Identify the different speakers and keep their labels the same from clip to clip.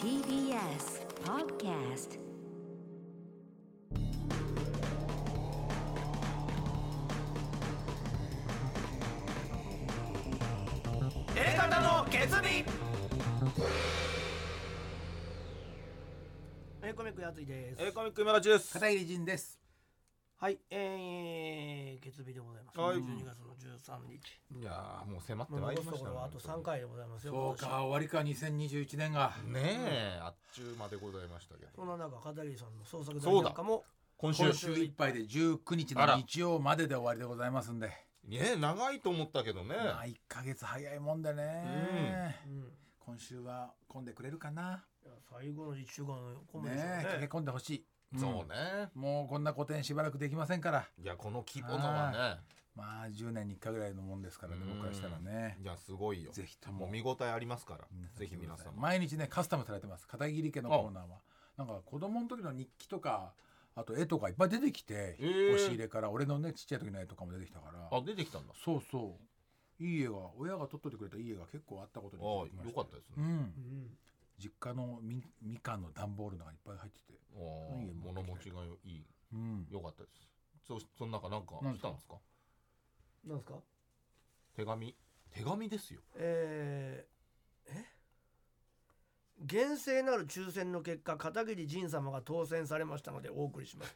Speaker 1: TBS Podcast
Speaker 2: エレカタの決意
Speaker 3: えー、コミックやついです。
Speaker 2: コミック今立ちです
Speaker 4: 片桐仁です。
Speaker 3: はい、えー、月日でございます。
Speaker 2: はい
Speaker 3: 12月の13日。
Speaker 2: いやーもう迫って
Speaker 3: ま
Speaker 2: ま
Speaker 3: あ、
Speaker 2: いり
Speaker 3: 残
Speaker 2: ました
Speaker 3: すとこ
Speaker 2: ね
Speaker 3: ろはあと3回でございますよ。
Speaker 4: そう
Speaker 3: 今
Speaker 4: か、終わりか、2021年が。
Speaker 2: ねえあっちゅうまでございましたけど
Speaker 3: 年。そんな中、片桐さんの創作
Speaker 2: そう
Speaker 3: 大
Speaker 2: だ
Speaker 3: なんかも、
Speaker 2: 今週
Speaker 4: 今週いっぱいで19日
Speaker 2: あら
Speaker 4: の日曜までで終わりでございますんで。
Speaker 2: ねえ長いと思ったけどね
Speaker 4: まあ、1ヶ月早いもんでね。
Speaker 3: うん、
Speaker 4: 今週は混んでくれるかな。
Speaker 3: いや最後の1週間のコメント
Speaker 4: ねえ、
Speaker 3: ね
Speaker 4: 駆け込んでほしい。
Speaker 2: そうんね
Speaker 4: もうこんな個展しばらくできませんから。
Speaker 2: いやこの規模のは
Speaker 4: まあ、10年に1回ぐらいのもんですからね、
Speaker 2: うん
Speaker 4: 僕からしたら
Speaker 2: ね
Speaker 4: ね。
Speaker 2: いやすごいよ
Speaker 4: ぜひと
Speaker 2: も
Speaker 4: も
Speaker 2: う見応えありますから
Speaker 4: 皆さん
Speaker 2: ぜひ皆さんも
Speaker 4: 毎日ね、カスタムされてます。片桐家のコーナーは。なんか子供の時の日記とか、あと絵とかいっぱい出てきて、
Speaker 2: ー
Speaker 4: 押し入れから、俺のね、ちっちゃい時の絵とかも出てきたから。
Speaker 2: あ出てきたんだ
Speaker 4: そうそういい絵が親が撮っといてくれたいい絵が結構あったこと
Speaker 2: あ
Speaker 4: に気づきま
Speaker 2: あ
Speaker 4: し
Speaker 2: よ
Speaker 4: た
Speaker 2: かったです
Speaker 4: う
Speaker 2: ね
Speaker 4: ん
Speaker 3: うん
Speaker 4: 実家のみみかんの段ボールの中にいっぱい入ってて
Speaker 2: ああ
Speaker 4: いいよ
Speaker 2: 物持ちがいい
Speaker 4: うん
Speaker 2: よかったですそその中なんか
Speaker 4: な
Speaker 2: 来
Speaker 4: んですか
Speaker 2: たんですか
Speaker 3: なんですか
Speaker 2: 手紙手紙ですよ
Speaker 3: えー、え厳正なる抽選の結果、片桐仁様が当選されましたのでお送りします。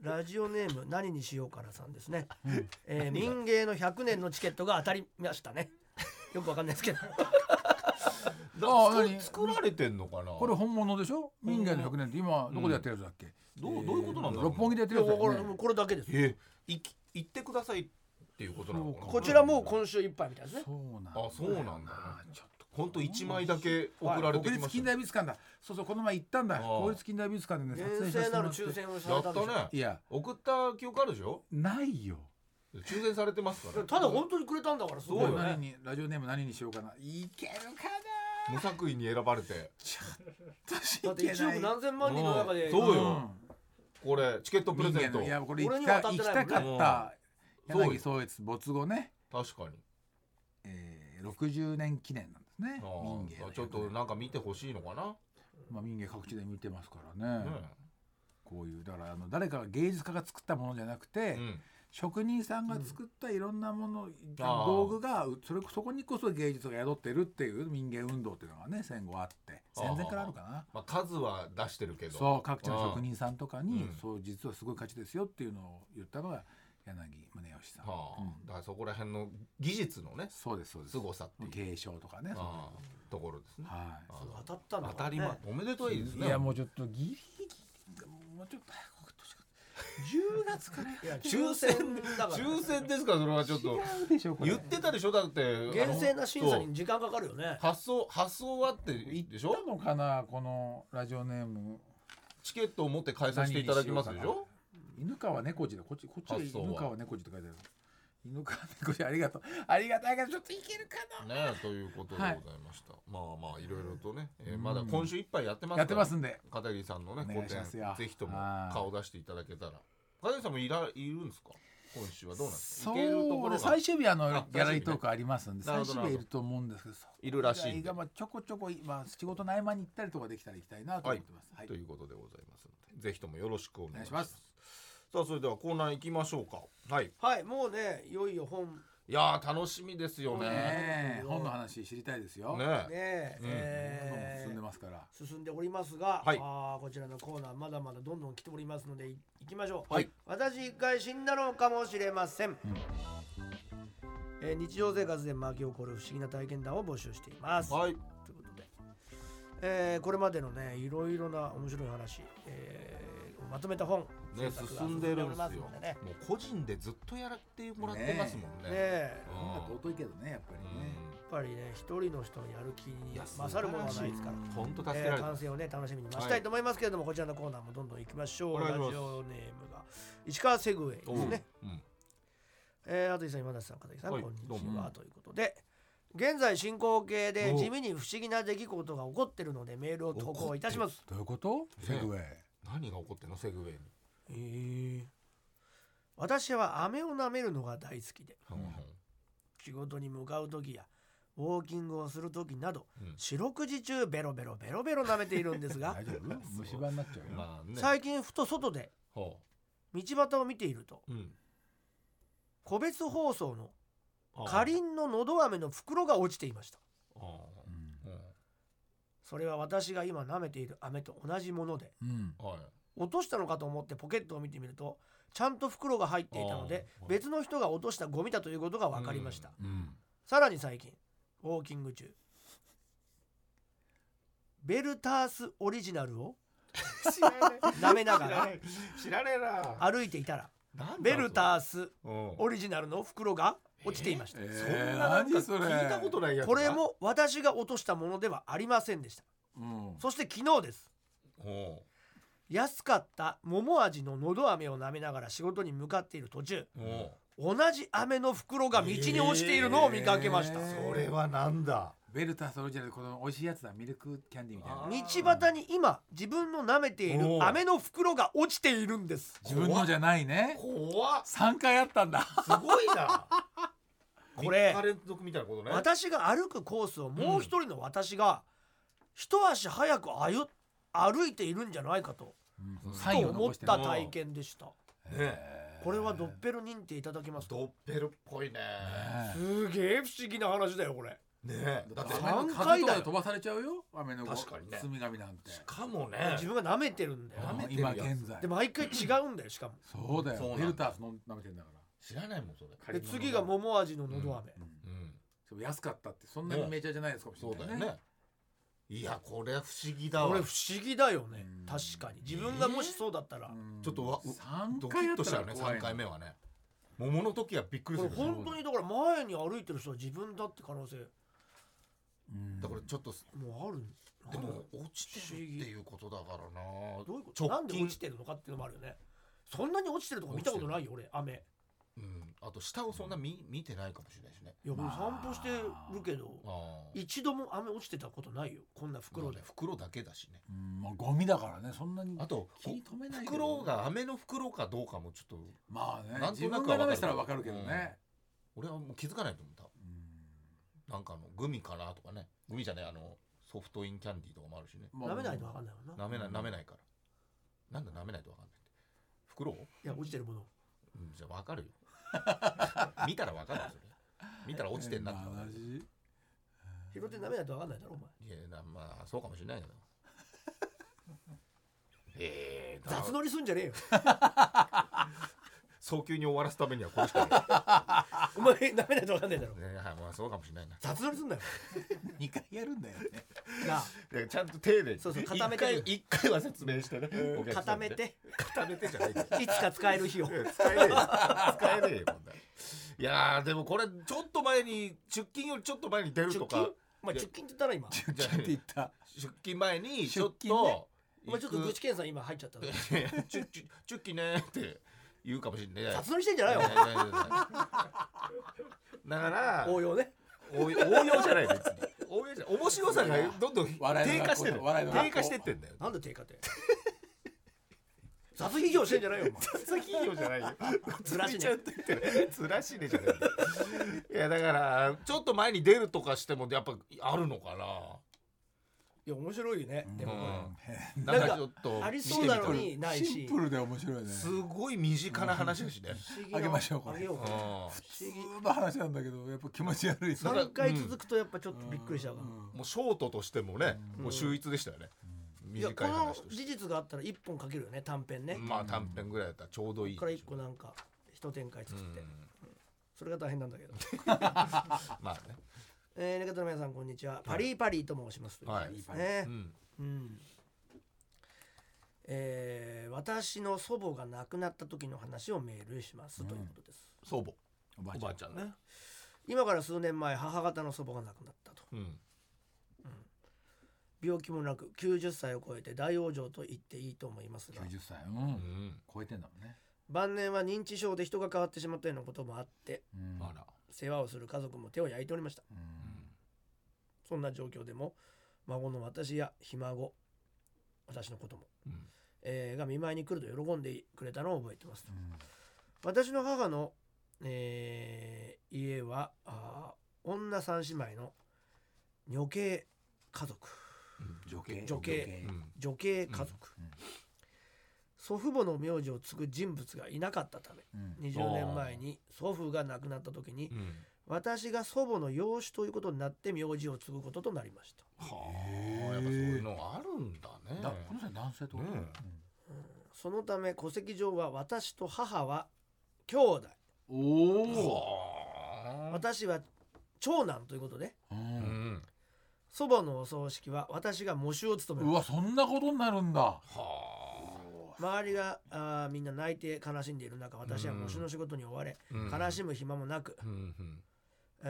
Speaker 3: ラジオネーム何にしようかなさんですね、えー民芸の100年のチケットが当たりましたねよくわかんな いですけど
Speaker 4: あ
Speaker 2: 作
Speaker 4: 何
Speaker 2: 作られてんのかな
Speaker 4: これ本物でしょ民芸の100年って今
Speaker 2: ん
Speaker 4: どこでやってるやつだっけ
Speaker 2: どうどういうことなんだろう
Speaker 4: 六本木でやって
Speaker 3: い
Speaker 4: る
Speaker 3: や
Speaker 4: やつだ
Speaker 3: わから
Speaker 4: よ
Speaker 3: ないも
Speaker 4: ね
Speaker 3: うこれだけです
Speaker 2: え行き行ってくださいっていうことなのかな
Speaker 3: こちらもう今週いっぱいみたいですね
Speaker 4: そうなんだ
Speaker 2: あそうなんだ
Speaker 4: あちょっと
Speaker 2: 本当一枚だけ送られて
Speaker 4: 国
Speaker 2: きま
Speaker 4: 立
Speaker 2: し
Speaker 4: 近
Speaker 2: た
Speaker 4: 代美術館だそうそうこの前行ったんだ
Speaker 2: ああ
Speaker 4: 国立近代美術館でね撮
Speaker 3: 厳正
Speaker 4: 影させて
Speaker 3: な
Speaker 4: も
Speaker 3: る
Speaker 4: らって
Speaker 3: 抽選をさ
Speaker 2: や
Speaker 3: れ
Speaker 2: ったた
Speaker 3: んでしょ
Speaker 2: ね
Speaker 4: いや
Speaker 2: 送った記憶あるでしょ
Speaker 4: ないよ
Speaker 2: 抽選されてますから
Speaker 3: ただ本当にくれたんだからすごいよ
Speaker 2: そう
Speaker 4: 何
Speaker 3: ね
Speaker 4: にラジオネーム何にしようかないけるか
Speaker 2: 無作為に選ばれて
Speaker 3: だって1億何千万人の中で
Speaker 2: うんそう
Speaker 4: な
Speaker 2: よ
Speaker 4: うん
Speaker 2: これチケットプレゼン
Speaker 4: 人間
Speaker 2: ト
Speaker 4: のいやこれ行
Speaker 3: 俺
Speaker 4: き
Speaker 3: には
Speaker 4: た
Speaker 3: 当た
Speaker 4: 行
Speaker 3: っ
Speaker 4: き
Speaker 3: てないもんね
Speaker 4: たかった
Speaker 2: うん
Speaker 4: 柳宗悦没後ね、
Speaker 2: 確かに
Speaker 4: えー、60年記念なんですね
Speaker 2: あ
Speaker 4: 民芸の100
Speaker 2: あ
Speaker 4: 年
Speaker 2: ちょっとなんか見てほしいのかな
Speaker 4: まあ、民芸各地で見てますからね、
Speaker 2: ね
Speaker 4: こういうだからあの誰かが芸術家が作ったものじゃなくて、
Speaker 2: うん
Speaker 4: 職人さんが作ったいろんなもの、
Speaker 2: ああ
Speaker 4: 道具がうそれそこにこそ芸術が宿ってるっていう民芸運動っていうのがね戦後あって
Speaker 2: ああ
Speaker 4: 戦前からあるかな
Speaker 2: まあ数は出してるけど
Speaker 4: そう各地の職人さんとかに、
Speaker 2: うん
Speaker 4: そう実はすごい価値ですよっていうのを言ったのが柳宗悦さん、
Speaker 2: はあ
Speaker 4: うん
Speaker 2: だからそこら辺の技術のね
Speaker 4: そうですそうです
Speaker 2: 凄さっていう
Speaker 4: 継承とかね。
Speaker 2: ああところですね
Speaker 4: はい。
Speaker 2: ああ
Speaker 3: 当たったんだ
Speaker 2: 当
Speaker 3: から
Speaker 2: たり
Speaker 3: ね
Speaker 2: 前おめでとういですね
Speaker 4: いやもうちょっとギリギリもうちょっと早く年が10月か らや
Speaker 3: いや抽選だから
Speaker 2: 抽選ですからそれはちょっと
Speaker 4: るでしょこれ。
Speaker 2: 言ってたでしょだって
Speaker 3: 厳正な審査
Speaker 2: そう
Speaker 3: に時間かかるよね
Speaker 2: 発送発送はってでし
Speaker 4: 言
Speaker 2: ょ
Speaker 4: ったのかなこのラジオネーム。
Speaker 2: チケットを持って返させていただきますでしょ
Speaker 4: 犬川猫次だこっちこっち
Speaker 2: 発
Speaker 4: で
Speaker 2: 想は
Speaker 4: 犬川猫次って書いてある。犬川猫次ありがとうありがたいがちょっといけるか
Speaker 2: ねえということでございました、まあまあいろいろとね、えーまだ今週いっぱいやってますか
Speaker 4: な。
Speaker 2: ら
Speaker 4: やってますんで。
Speaker 2: 片桐さんのね
Speaker 4: お
Speaker 2: 個
Speaker 4: 願いし
Speaker 2: 展
Speaker 4: ますよ
Speaker 2: ぜひとも
Speaker 4: はい
Speaker 2: 顔出していただけたら片桐さんもいらいるんですか今週はどうなんですか
Speaker 4: そ
Speaker 2: 行けるとこ
Speaker 4: う
Speaker 2: ろ
Speaker 4: で
Speaker 2: が
Speaker 4: 最終日あの
Speaker 2: あ
Speaker 4: ギャラリートークありますんで
Speaker 2: なる
Speaker 4: 最
Speaker 2: ほど
Speaker 4: 終日はいると思うんですけどそ
Speaker 2: いるらしいん
Speaker 4: 以
Speaker 2: で
Speaker 4: 外、まあ、ちょこちょこ今仕事の合間に行ったりとかできたら行きたいなと思ってます。はい
Speaker 2: ということでございますのでぜひともよろしくお願いし
Speaker 4: お願
Speaker 2: ま
Speaker 4: い
Speaker 2: す
Speaker 4: し
Speaker 2: さあそれではコーナー行きましょうかはい
Speaker 3: はいもうねいよいよ本
Speaker 2: いやー楽しみですよねね
Speaker 4: ねえ本の話知りたいですよ。
Speaker 2: え
Speaker 3: ね
Speaker 2: うん
Speaker 3: えー
Speaker 4: 進んでますから。
Speaker 3: 進んでおりますが、
Speaker 2: はい
Speaker 3: あーこちらのコーナーまだまだどんどん来ておりますのでいいきましょう、
Speaker 2: はい
Speaker 3: 私一回死んだのかもしれません、えー日常生活で巻き起こる不思議な体験談を募集しています、
Speaker 2: はい
Speaker 3: ということで、えーこれまでのねいろいろな面白い話、えーまとめた本
Speaker 2: ね
Speaker 3: 制作が
Speaker 2: 進んでるんですよ
Speaker 3: 進おり
Speaker 2: も
Speaker 3: ますのでね
Speaker 2: う個人でずっとやらってもらってますもんね
Speaker 3: ねえ
Speaker 2: うん
Speaker 4: 本が尊いけどねやっぱりね。
Speaker 3: やっぱりね一人の人のやる気
Speaker 2: い
Speaker 3: に
Speaker 2: や
Speaker 3: 勝るものはないですから
Speaker 2: 本当助け
Speaker 3: え
Speaker 2: ら
Speaker 3: ー、
Speaker 2: れた、
Speaker 3: 完成をね楽しみに待ちたいと思いますけれども、こちらのコーナーもどんどん行きましょう
Speaker 2: お
Speaker 3: ラ
Speaker 2: 願い
Speaker 3: ジ
Speaker 2: します
Speaker 3: オネームが石川セグウェイ
Speaker 2: お
Speaker 3: で
Speaker 2: う
Speaker 3: すね、
Speaker 2: うん
Speaker 3: えー、あとさん今田さん片桐さん、
Speaker 2: はい
Speaker 3: こんに
Speaker 2: どう
Speaker 3: ち
Speaker 2: も
Speaker 3: はということで現在進行形で
Speaker 2: お
Speaker 3: 地味に不思議な出来事が起こってるのでメールを投稿いたします
Speaker 4: どういうこと？セグウェイ。
Speaker 2: 何が起こってんのセグウェイに、
Speaker 3: えー私は飴を舐めるのが大好きで
Speaker 2: うん
Speaker 3: 仕事に向かう時やウォーキングをする時など、
Speaker 2: うん
Speaker 3: 四六時中ベロベロベロベロ舐めている んですが
Speaker 4: 大丈夫虫歯になっちゃうよ、
Speaker 2: まあね。
Speaker 3: 最近ふと外で
Speaker 2: ほ
Speaker 3: 道端を見ていると
Speaker 2: う。うん。
Speaker 3: 個別包装の
Speaker 2: あ
Speaker 3: かりんののど飴の袋が落ちていました
Speaker 2: ああ
Speaker 4: うん
Speaker 2: う
Speaker 3: それは私が今舐めている飴と同じもので
Speaker 4: うん
Speaker 2: んはい。
Speaker 3: 落としたのかと思ってポケットを見てみるとちゃんと袋が入っていたので
Speaker 2: あー
Speaker 3: 別の人が落としたゴミだということが分かりました、
Speaker 4: うん
Speaker 3: さらに最近ウォーキング中ベルタースオリジナルを
Speaker 2: 知らね
Speaker 3: 舐めなが
Speaker 2: 知ら
Speaker 3: ら
Speaker 2: ね知らねえな。
Speaker 3: 歩いていたら
Speaker 2: なんだ
Speaker 3: ベルタース
Speaker 2: それうん
Speaker 3: オリジナルの袋が落ちていました、
Speaker 4: えー
Speaker 2: そんななんか
Speaker 4: 何それ
Speaker 2: 聞いたことないやつだ。
Speaker 3: これも私が落としたものではありませんでした
Speaker 4: うん
Speaker 3: そして昨日です
Speaker 2: ほ
Speaker 3: 安かった桃味ののど飴を舐めながら仕事に向かっている途中
Speaker 2: う。ほ
Speaker 3: 同じ飴の袋が道に落ちているのを見かけました、
Speaker 4: え
Speaker 2: う。
Speaker 4: ー
Speaker 2: それはなんだ。
Speaker 4: ベルターソロジナルこの美味しいやつだミルクキャンディーみたいな
Speaker 2: あー
Speaker 3: 道端に今自分の舐めている飴の袋が落ちているんです
Speaker 4: 自分のじゃないね
Speaker 2: 怖っ。
Speaker 4: 3回あったんだ
Speaker 2: すごい な。
Speaker 3: これ
Speaker 2: 三日連続みたいなことね。
Speaker 3: 私が歩くコースをもう一人の私が一足早く歩歩いているんじゃないかと
Speaker 2: うん
Speaker 4: サ
Speaker 3: と
Speaker 4: インを
Speaker 3: 思
Speaker 4: 残
Speaker 3: っ
Speaker 4: してる
Speaker 3: た体験でした
Speaker 2: ね
Speaker 3: これはドッペル認定いただけますか
Speaker 2: ドッペルっぽいね。
Speaker 4: ね
Speaker 3: すげえ不思議な話だよこれ
Speaker 2: ねだって
Speaker 4: 雨
Speaker 3: 雨
Speaker 4: の
Speaker 3: の
Speaker 4: 風
Speaker 3: 回
Speaker 4: と
Speaker 3: だ
Speaker 4: か
Speaker 3: よ
Speaker 4: で飛ばされちゃうよ雨の
Speaker 2: 確かにね
Speaker 4: 包み紙なんて
Speaker 2: かもね。
Speaker 3: 自分が舐めてるんだよ
Speaker 2: 舐めてる
Speaker 4: 今
Speaker 2: やつ
Speaker 4: 現在
Speaker 3: で毎回違うんだよしかも
Speaker 4: そうだ
Speaker 2: そうなんだ
Speaker 4: よベルターソの舐めてんだか
Speaker 2: 知らないもんそれ。
Speaker 4: ら
Speaker 3: で次が桃味ののど飴、
Speaker 4: うん
Speaker 2: うん。
Speaker 4: そう安かったってそんなにメジャーじゃないですかもし
Speaker 2: そうだ
Speaker 4: れな
Speaker 2: よ
Speaker 4: いね
Speaker 2: ね。いやこれは不思議だ
Speaker 3: こ
Speaker 2: わ
Speaker 3: れ。不思議だよね
Speaker 4: うん
Speaker 3: 確かに自分がもしそうだったら、
Speaker 4: うん
Speaker 2: ちょっとわ
Speaker 4: 3
Speaker 2: ドキ
Speaker 4: 回や
Speaker 2: ッ
Speaker 4: っ
Speaker 2: とした
Speaker 4: た
Speaker 2: よ
Speaker 4: ら
Speaker 2: ね
Speaker 4: 怖い
Speaker 2: 三
Speaker 4: な
Speaker 2: 回目はね。桃の時はびっくり
Speaker 3: こ
Speaker 2: す
Speaker 3: れ
Speaker 2: る。
Speaker 3: 本当にだから前に歩いてる人は自分だって可能性
Speaker 4: うん
Speaker 2: だからちょっと
Speaker 3: もうある
Speaker 2: で
Speaker 3: なんだ
Speaker 2: も落ちてるっていうことだからな。
Speaker 3: どういうことな
Speaker 2: 直
Speaker 3: んで
Speaker 2: 近
Speaker 3: 落ちてるのかっていうのもあるよねそんなに落ちてるとこ見たことないよ俺雨
Speaker 2: うん。あと下をそんな見見てないかもしれないしね。
Speaker 3: いや、僕
Speaker 4: まあ
Speaker 3: 散歩してるけど
Speaker 2: ああ。
Speaker 3: 一度も雨落ちてたことないよこんな袋
Speaker 2: 袋
Speaker 3: で
Speaker 2: で、袋だけだしね。
Speaker 4: うんまあゴミだからねそんなに
Speaker 2: あと
Speaker 4: 気に留めないけど
Speaker 2: 袋が飴の袋かどうかもちょっと
Speaker 4: まあね
Speaker 2: なんと
Speaker 4: 自
Speaker 2: な
Speaker 4: 分
Speaker 2: くは
Speaker 4: が
Speaker 2: 分かる
Speaker 4: 舐めしたらわかるけどね
Speaker 2: 俺はもう気づかないと思う多分なんかあのグミかなとかねグミじゃないあのソフトインキャンディーとかもあるしね
Speaker 4: うん
Speaker 3: 舐めないと分かんないもんな
Speaker 2: 舐めない舐めないからなんだ舐めないと分かんないって袋を、
Speaker 3: いや落ちてるもの
Speaker 2: うん、じゃあ分かるよ 見たら分かるよそれ見たら落ちてんなって分か
Speaker 4: 同
Speaker 2: る
Speaker 4: じ
Speaker 3: 拾って舐めないと分かんないだろお前
Speaker 2: いやなまあそうかもしれない けどえー、
Speaker 3: 雑
Speaker 2: な
Speaker 3: 乗りすんじゃねえよ
Speaker 2: 早急に終わらすためにはこれ しかな
Speaker 3: お前舐めないと分かんないだろ
Speaker 2: い、ねはいまあ、そうかもしれないな
Speaker 3: 雑乗りすんだよ
Speaker 4: 2回やるんだよ ね
Speaker 3: なあ
Speaker 2: いやちゃんと丁寧に
Speaker 3: そうそう固めてる
Speaker 2: 一回一回は説明してね、お客さ
Speaker 3: 固
Speaker 2: んに
Speaker 3: め
Speaker 2: ね
Speaker 3: て
Speaker 2: 固めてじゃ ないです
Speaker 3: いつか使える日
Speaker 2: う
Speaker 3: を
Speaker 2: ん使えね えよ使えねえよこんなのいやーでもこれちょっと前に出勤よりちょっと前に出る
Speaker 3: 出
Speaker 2: と
Speaker 3: 勤
Speaker 2: か
Speaker 3: お前出勤って言ったら今
Speaker 2: じゃあ
Speaker 4: って言った
Speaker 2: 出勤前にちょっ
Speaker 4: 出勤ね
Speaker 2: と
Speaker 3: お前ちょっと
Speaker 2: 行
Speaker 3: 愚
Speaker 2: く
Speaker 3: 痴検査今入っちゃったの
Speaker 2: ちょちょ出勤ねーって言うかもしれない
Speaker 3: 雑乗りしてんじゃないよ
Speaker 2: いやいやいやいやだから
Speaker 3: 応用ね
Speaker 2: 応用応用じゃない別に応用じゃない面白さがどんどん低
Speaker 4: 笑いの学校
Speaker 2: 下してる
Speaker 4: 笑いの学校
Speaker 2: 低下してってんだよ
Speaker 3: なんで低下って雑費業してんじゃないよお前
Speaker 2: 雑企業じゃないよ。
Speaker 3: ずらしね
Speaker 2: ちゃんと言ってる。ずらしねじゃない。いやだからちょっと前に出るとかしてもやっぱあるのか
Speaker 3: いや面白いねでもこ
Speaker 2: な。なんかちょっと
Speaker 3: ありそうなの
Speaker 2: 見てみ
Speaker 3: にない
Speaker 4: シ
Speaker 3: し
Speaker 4: ンプルで面白いね
Speaker 2: たいすごい身近な話だしね。
Speaker 3: 不思議な
Speaker 4: あげましょうこれ
Speaker 3: あげよう
Speaker 2: う
Speaker 3: かな不
Speaker 2: ん
Speaker 3: 思議
Speaker 4: 普通の話なんだけどやっぱ気持ち悪い
Speaker 2: なんか
Speaker 3: 3回続くとやっぱちょっとびっくりしちゃうから、
Speaker 2: もうショートとしてもね、もう秀逸でしたよね。
Speaker 3: いやこ
Speaker 2: 短い
Speaker 3: の
Speaker 2: 話として。
Speaker 3: 事実があったら1本かけるよね短編ね、
Speaker 2: まあ短編ぐらいだったらちょうどいい
Speaker 3: こ。れ1個なんか一展開作って、それが大変なんだけど、
Speaker 2: まあね。
Speaker 3: えー、ネガの皆さんこんにちはパリーパリーと申します、
Speaker 2: はい
Speaker 3: とうことですね、
Speaker 2: うん。
Speaker 3: うんえー私の祖母が亡くなった時の話をメールしますということです、
Speaker 2: 祖母
Speaker 4: おば
Speaker 2: おばあちゃんね。
Speaker 3: 今から数年前母方の祖母が亡くなったと
Speaker 2: うん。
Speaker 3: 病気もなく90歳を超えて大往生と言っていいと思いますが
Speaker 4: 90歳う
Speaker 2: うんん。
Speaker 4: 超えてんだもんね
Speaker 3: 晩年は認知症で人が変わってしまったようなこともあって
Speaker 4: うん
Speaker 2: あら。
Speaker 3: 世話をする家族も手を焼いておりました
Speaker 4: うん
Speaker 3: そんな状況でも孫の私やひ孫私のことも、
Speaker 2: うん
Speaker 3: えーが見舞いに来ると喜んでくれたのを覚えてます、
Speaker 4: うん
Speaker 3: 私の母の、えー家はあー女三姉妹の女系家族
Speaker 4: 女系
Speaker 3: 女系
Speaker 2: うん
Speaker 3: 女系家族、
Speaker 4: うんうん
Speaker 3: 祖父母の名字を継ぐ人物がいなかったため
Speaker 4: うん
Speaker 3: 20年前に祖父が亡くなった時に
Speaker 2: うん
Speaker 3: 私が祖母の養子ということになって名字を継ぐこととなりました
Speaker 2: はあやっぱそういうのがあるんだね
Speaker 4: だこの人は男性ってこと
Speaker 2: ねえ
Speaker 3: そのため戸籍上は私と母は兄弟
Speaker 4: うんおお
Speaker 2: はあ
Speaker 3: 私は長男ということで
Speaker 4: う
Speaker 2: うんん
Speaker 3: 祖母のお葬式は私が喪主を務め
Speaker 4: う
Speaker 3: ま
Speaker 4: わ
Speaker 3: す
Speaker 4: そんなことになるんだ
Speaker 2: はあ
Speaker 3: 周りがあーみんな泣いて悲しんでいる中私は喪主の仕事に追われ
Speaker 2: うん
Speaker 3: 悲しむ暇もなく、
Speaker 2: うんうん
Speaker 3: え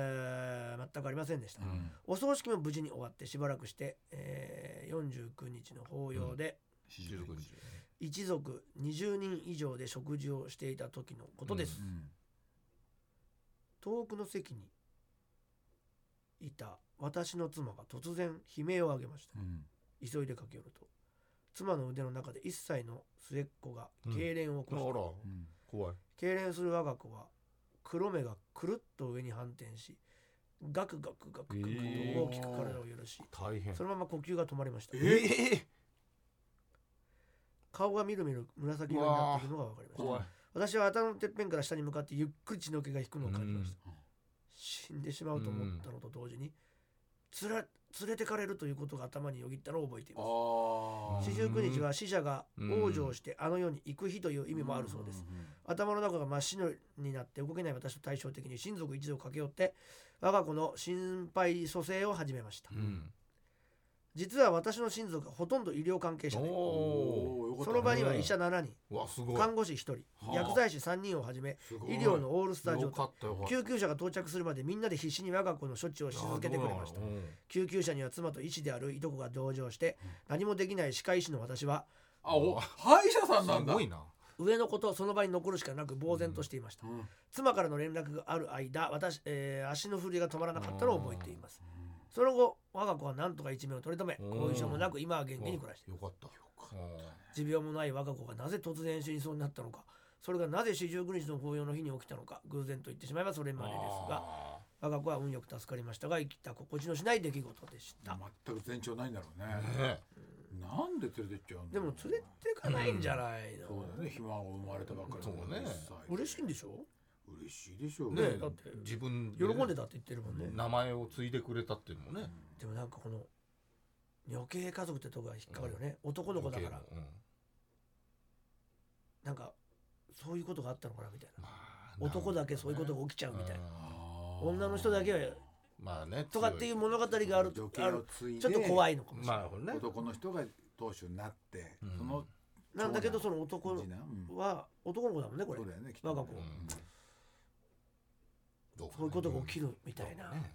Speaker 3: ー全くありませんでした、
Speaker 4: うん
Speaker 3: お葬式も無事に終わってしばらくして、えー49日の法要で
Speaker 2: 19日
Speaker 3: 一族20人以上で食事をしていた時のことです、
Speaker 4: うん
Speaker 3: 遠くの席にいた私の妻が突然悲鳴を上げました
Speaker 4: うん
Speaker 3: 急いで駆け寄ると妻の腕の中で1歳の末っ子が痙攣を起
Speaker 2: あら
Speaker 3: こした、
Speaker 4: うん
Speaker 2: 怖い
Speaker 3: 痙攣する我が子は黒目がくるっと上に反転しガクガクガクガクと大きく体を揺らし、
Speaker 2: 大変
Speaker 3: そのまま呼吸が止まりました、
Speaker 2: え
Speaker 3: 顔がみるみる紫色になっているのが分かりました
Speaker 2: 怖い
Speaker 3: 私は頭のてっぺんから下に向かってゆっくり血の気が引くのを感じました、
Speaker 4: うん
Speaker 3: 死んでしまうと思ったのと同時に連れ連れてかれるということが頭によぎったのを覚えてい
Speaker 4: あ
Speaker 3: ます四
Speaker 4: ー
Speaker 2: 40
Speaker 3: 十九日は死者が
Speaker 2: うん
Speaker 3: 往生してあの世に行く日という意味もあるそうです、
Speaker 4: んん
Speaker 3: 頭の中が真っ白になって動けない私と対照的に親族一同駆け寄って我が子の心肺蘇生を始めました、
Speaker 2: うん
Speaker 3: 実は私の親族はほとんど医療関係者で
Speaker 4: うん
Speaker 2: おー
Speaker 4: おーよかったね
Speaker 3: その場には医者7人
Speaker 2: うわすごい
Speaker 3: 看護師1人
Speaker 2: はあ
Speaker 3: 薬剤師3人をはじめ
Speaker 2: すごい
Speaker 3: 医療のオールスター状
Speaker 2: よか
Speaker 3: 態
Speaker 2: ったよこれ
Speaker 3: 救急車が到着するまでみんなで必死に我が子の処置をし続けてくれました
Speaker 2: あーどうなの
Speaker 3: 救急車には妻と医師であるいとこが同乗して何もできない歯科医師の私は
Speaker 4: あお歯医者さんな
Speaker 2: うんん
Speaker 4: だ
Speaker 2: すごいな
Speaker 3: 上の子とその場に残るしかなく呆然としていました、
Speaker 4: うん
Speaker 3: 妻からの連絡がある間私、えー足の振りが止まらなかったのを覚えていますその後我が子は何とか一命を取り留め
Speaker 2: うん
Speaker 3: 後遺症もなく今は元気に暮らしてい
Speaker 2: よかったよかっ
Speaker 3: る持病もない我が子がなぜ突然死にそうになったのかそれがなぜ四十九日の法要の日に起きたのか偶然と言ってしまえばそれまでですが我が子は運よく助かりましたが生きた心地のしない出来事でした、
Speaker 4: 全く前兆ないんだろうね
Speaker 2: たね
Speaker 4: なんで連れてっちゃうん
Speaker 3: で
Speaker 4: だろう
Speaker 3: も連れてかないんじゃないの、
Speaker 4: そうだね暇が生まれたばっかり
Speaker 2: そうね
Speaker 3: 嬉しいんでしょ
Speaker 4: ょ嬉しいでしょう
Speaker 2: ね
Speaker 3: ねだって
Speaker 2: 自分
Speaker 3: 喜
Speaker 2: ね
Speaker 3: んでたって言ってるもんね、
Speaker 2: 名前を継いでくれたっていうのもね
Speaker 3: でもなんかこの女系家族ってとこが引っかかるよね、男の子だから
Speaker 2: 余計なうん
Speaker 3: なんかそういうことがあったのかなみたいな
Speaker 2: まあ
Speaker 3: 男だけそういうことが起きちゃうみたいな、
Speaker 4: あー
Speaker 3: 女の人だけは
Speaker 2: まあね
Speaker 3: とかっていう
Speaker 2: 強
Speaker 3: 物語がある
Speaker 4: 女系
Speaker 3: あ
Speaker 4: を
Speaker 3: る
Speaker 4: 継いで
Speaker 3: ちょっと怖いのかもしれない、
Speaker 2: まあね
Speaker 4: 男の人が当主になって
Speaker 2: うん
Speaker 4: その
Speaker 3: なんだけどその男
Speaker 4: 次男うん
Speaker 3: は男の子だもんねこれ
Speaker 4: そう
Speaker 3: そ
Speaker 4: だよねきっと
Speaker 3: 我が子
Speaker 4: うん
Speaker 2: どかね
Speaker 3: ういうことが起きるみたいな、
Speaker 2: ね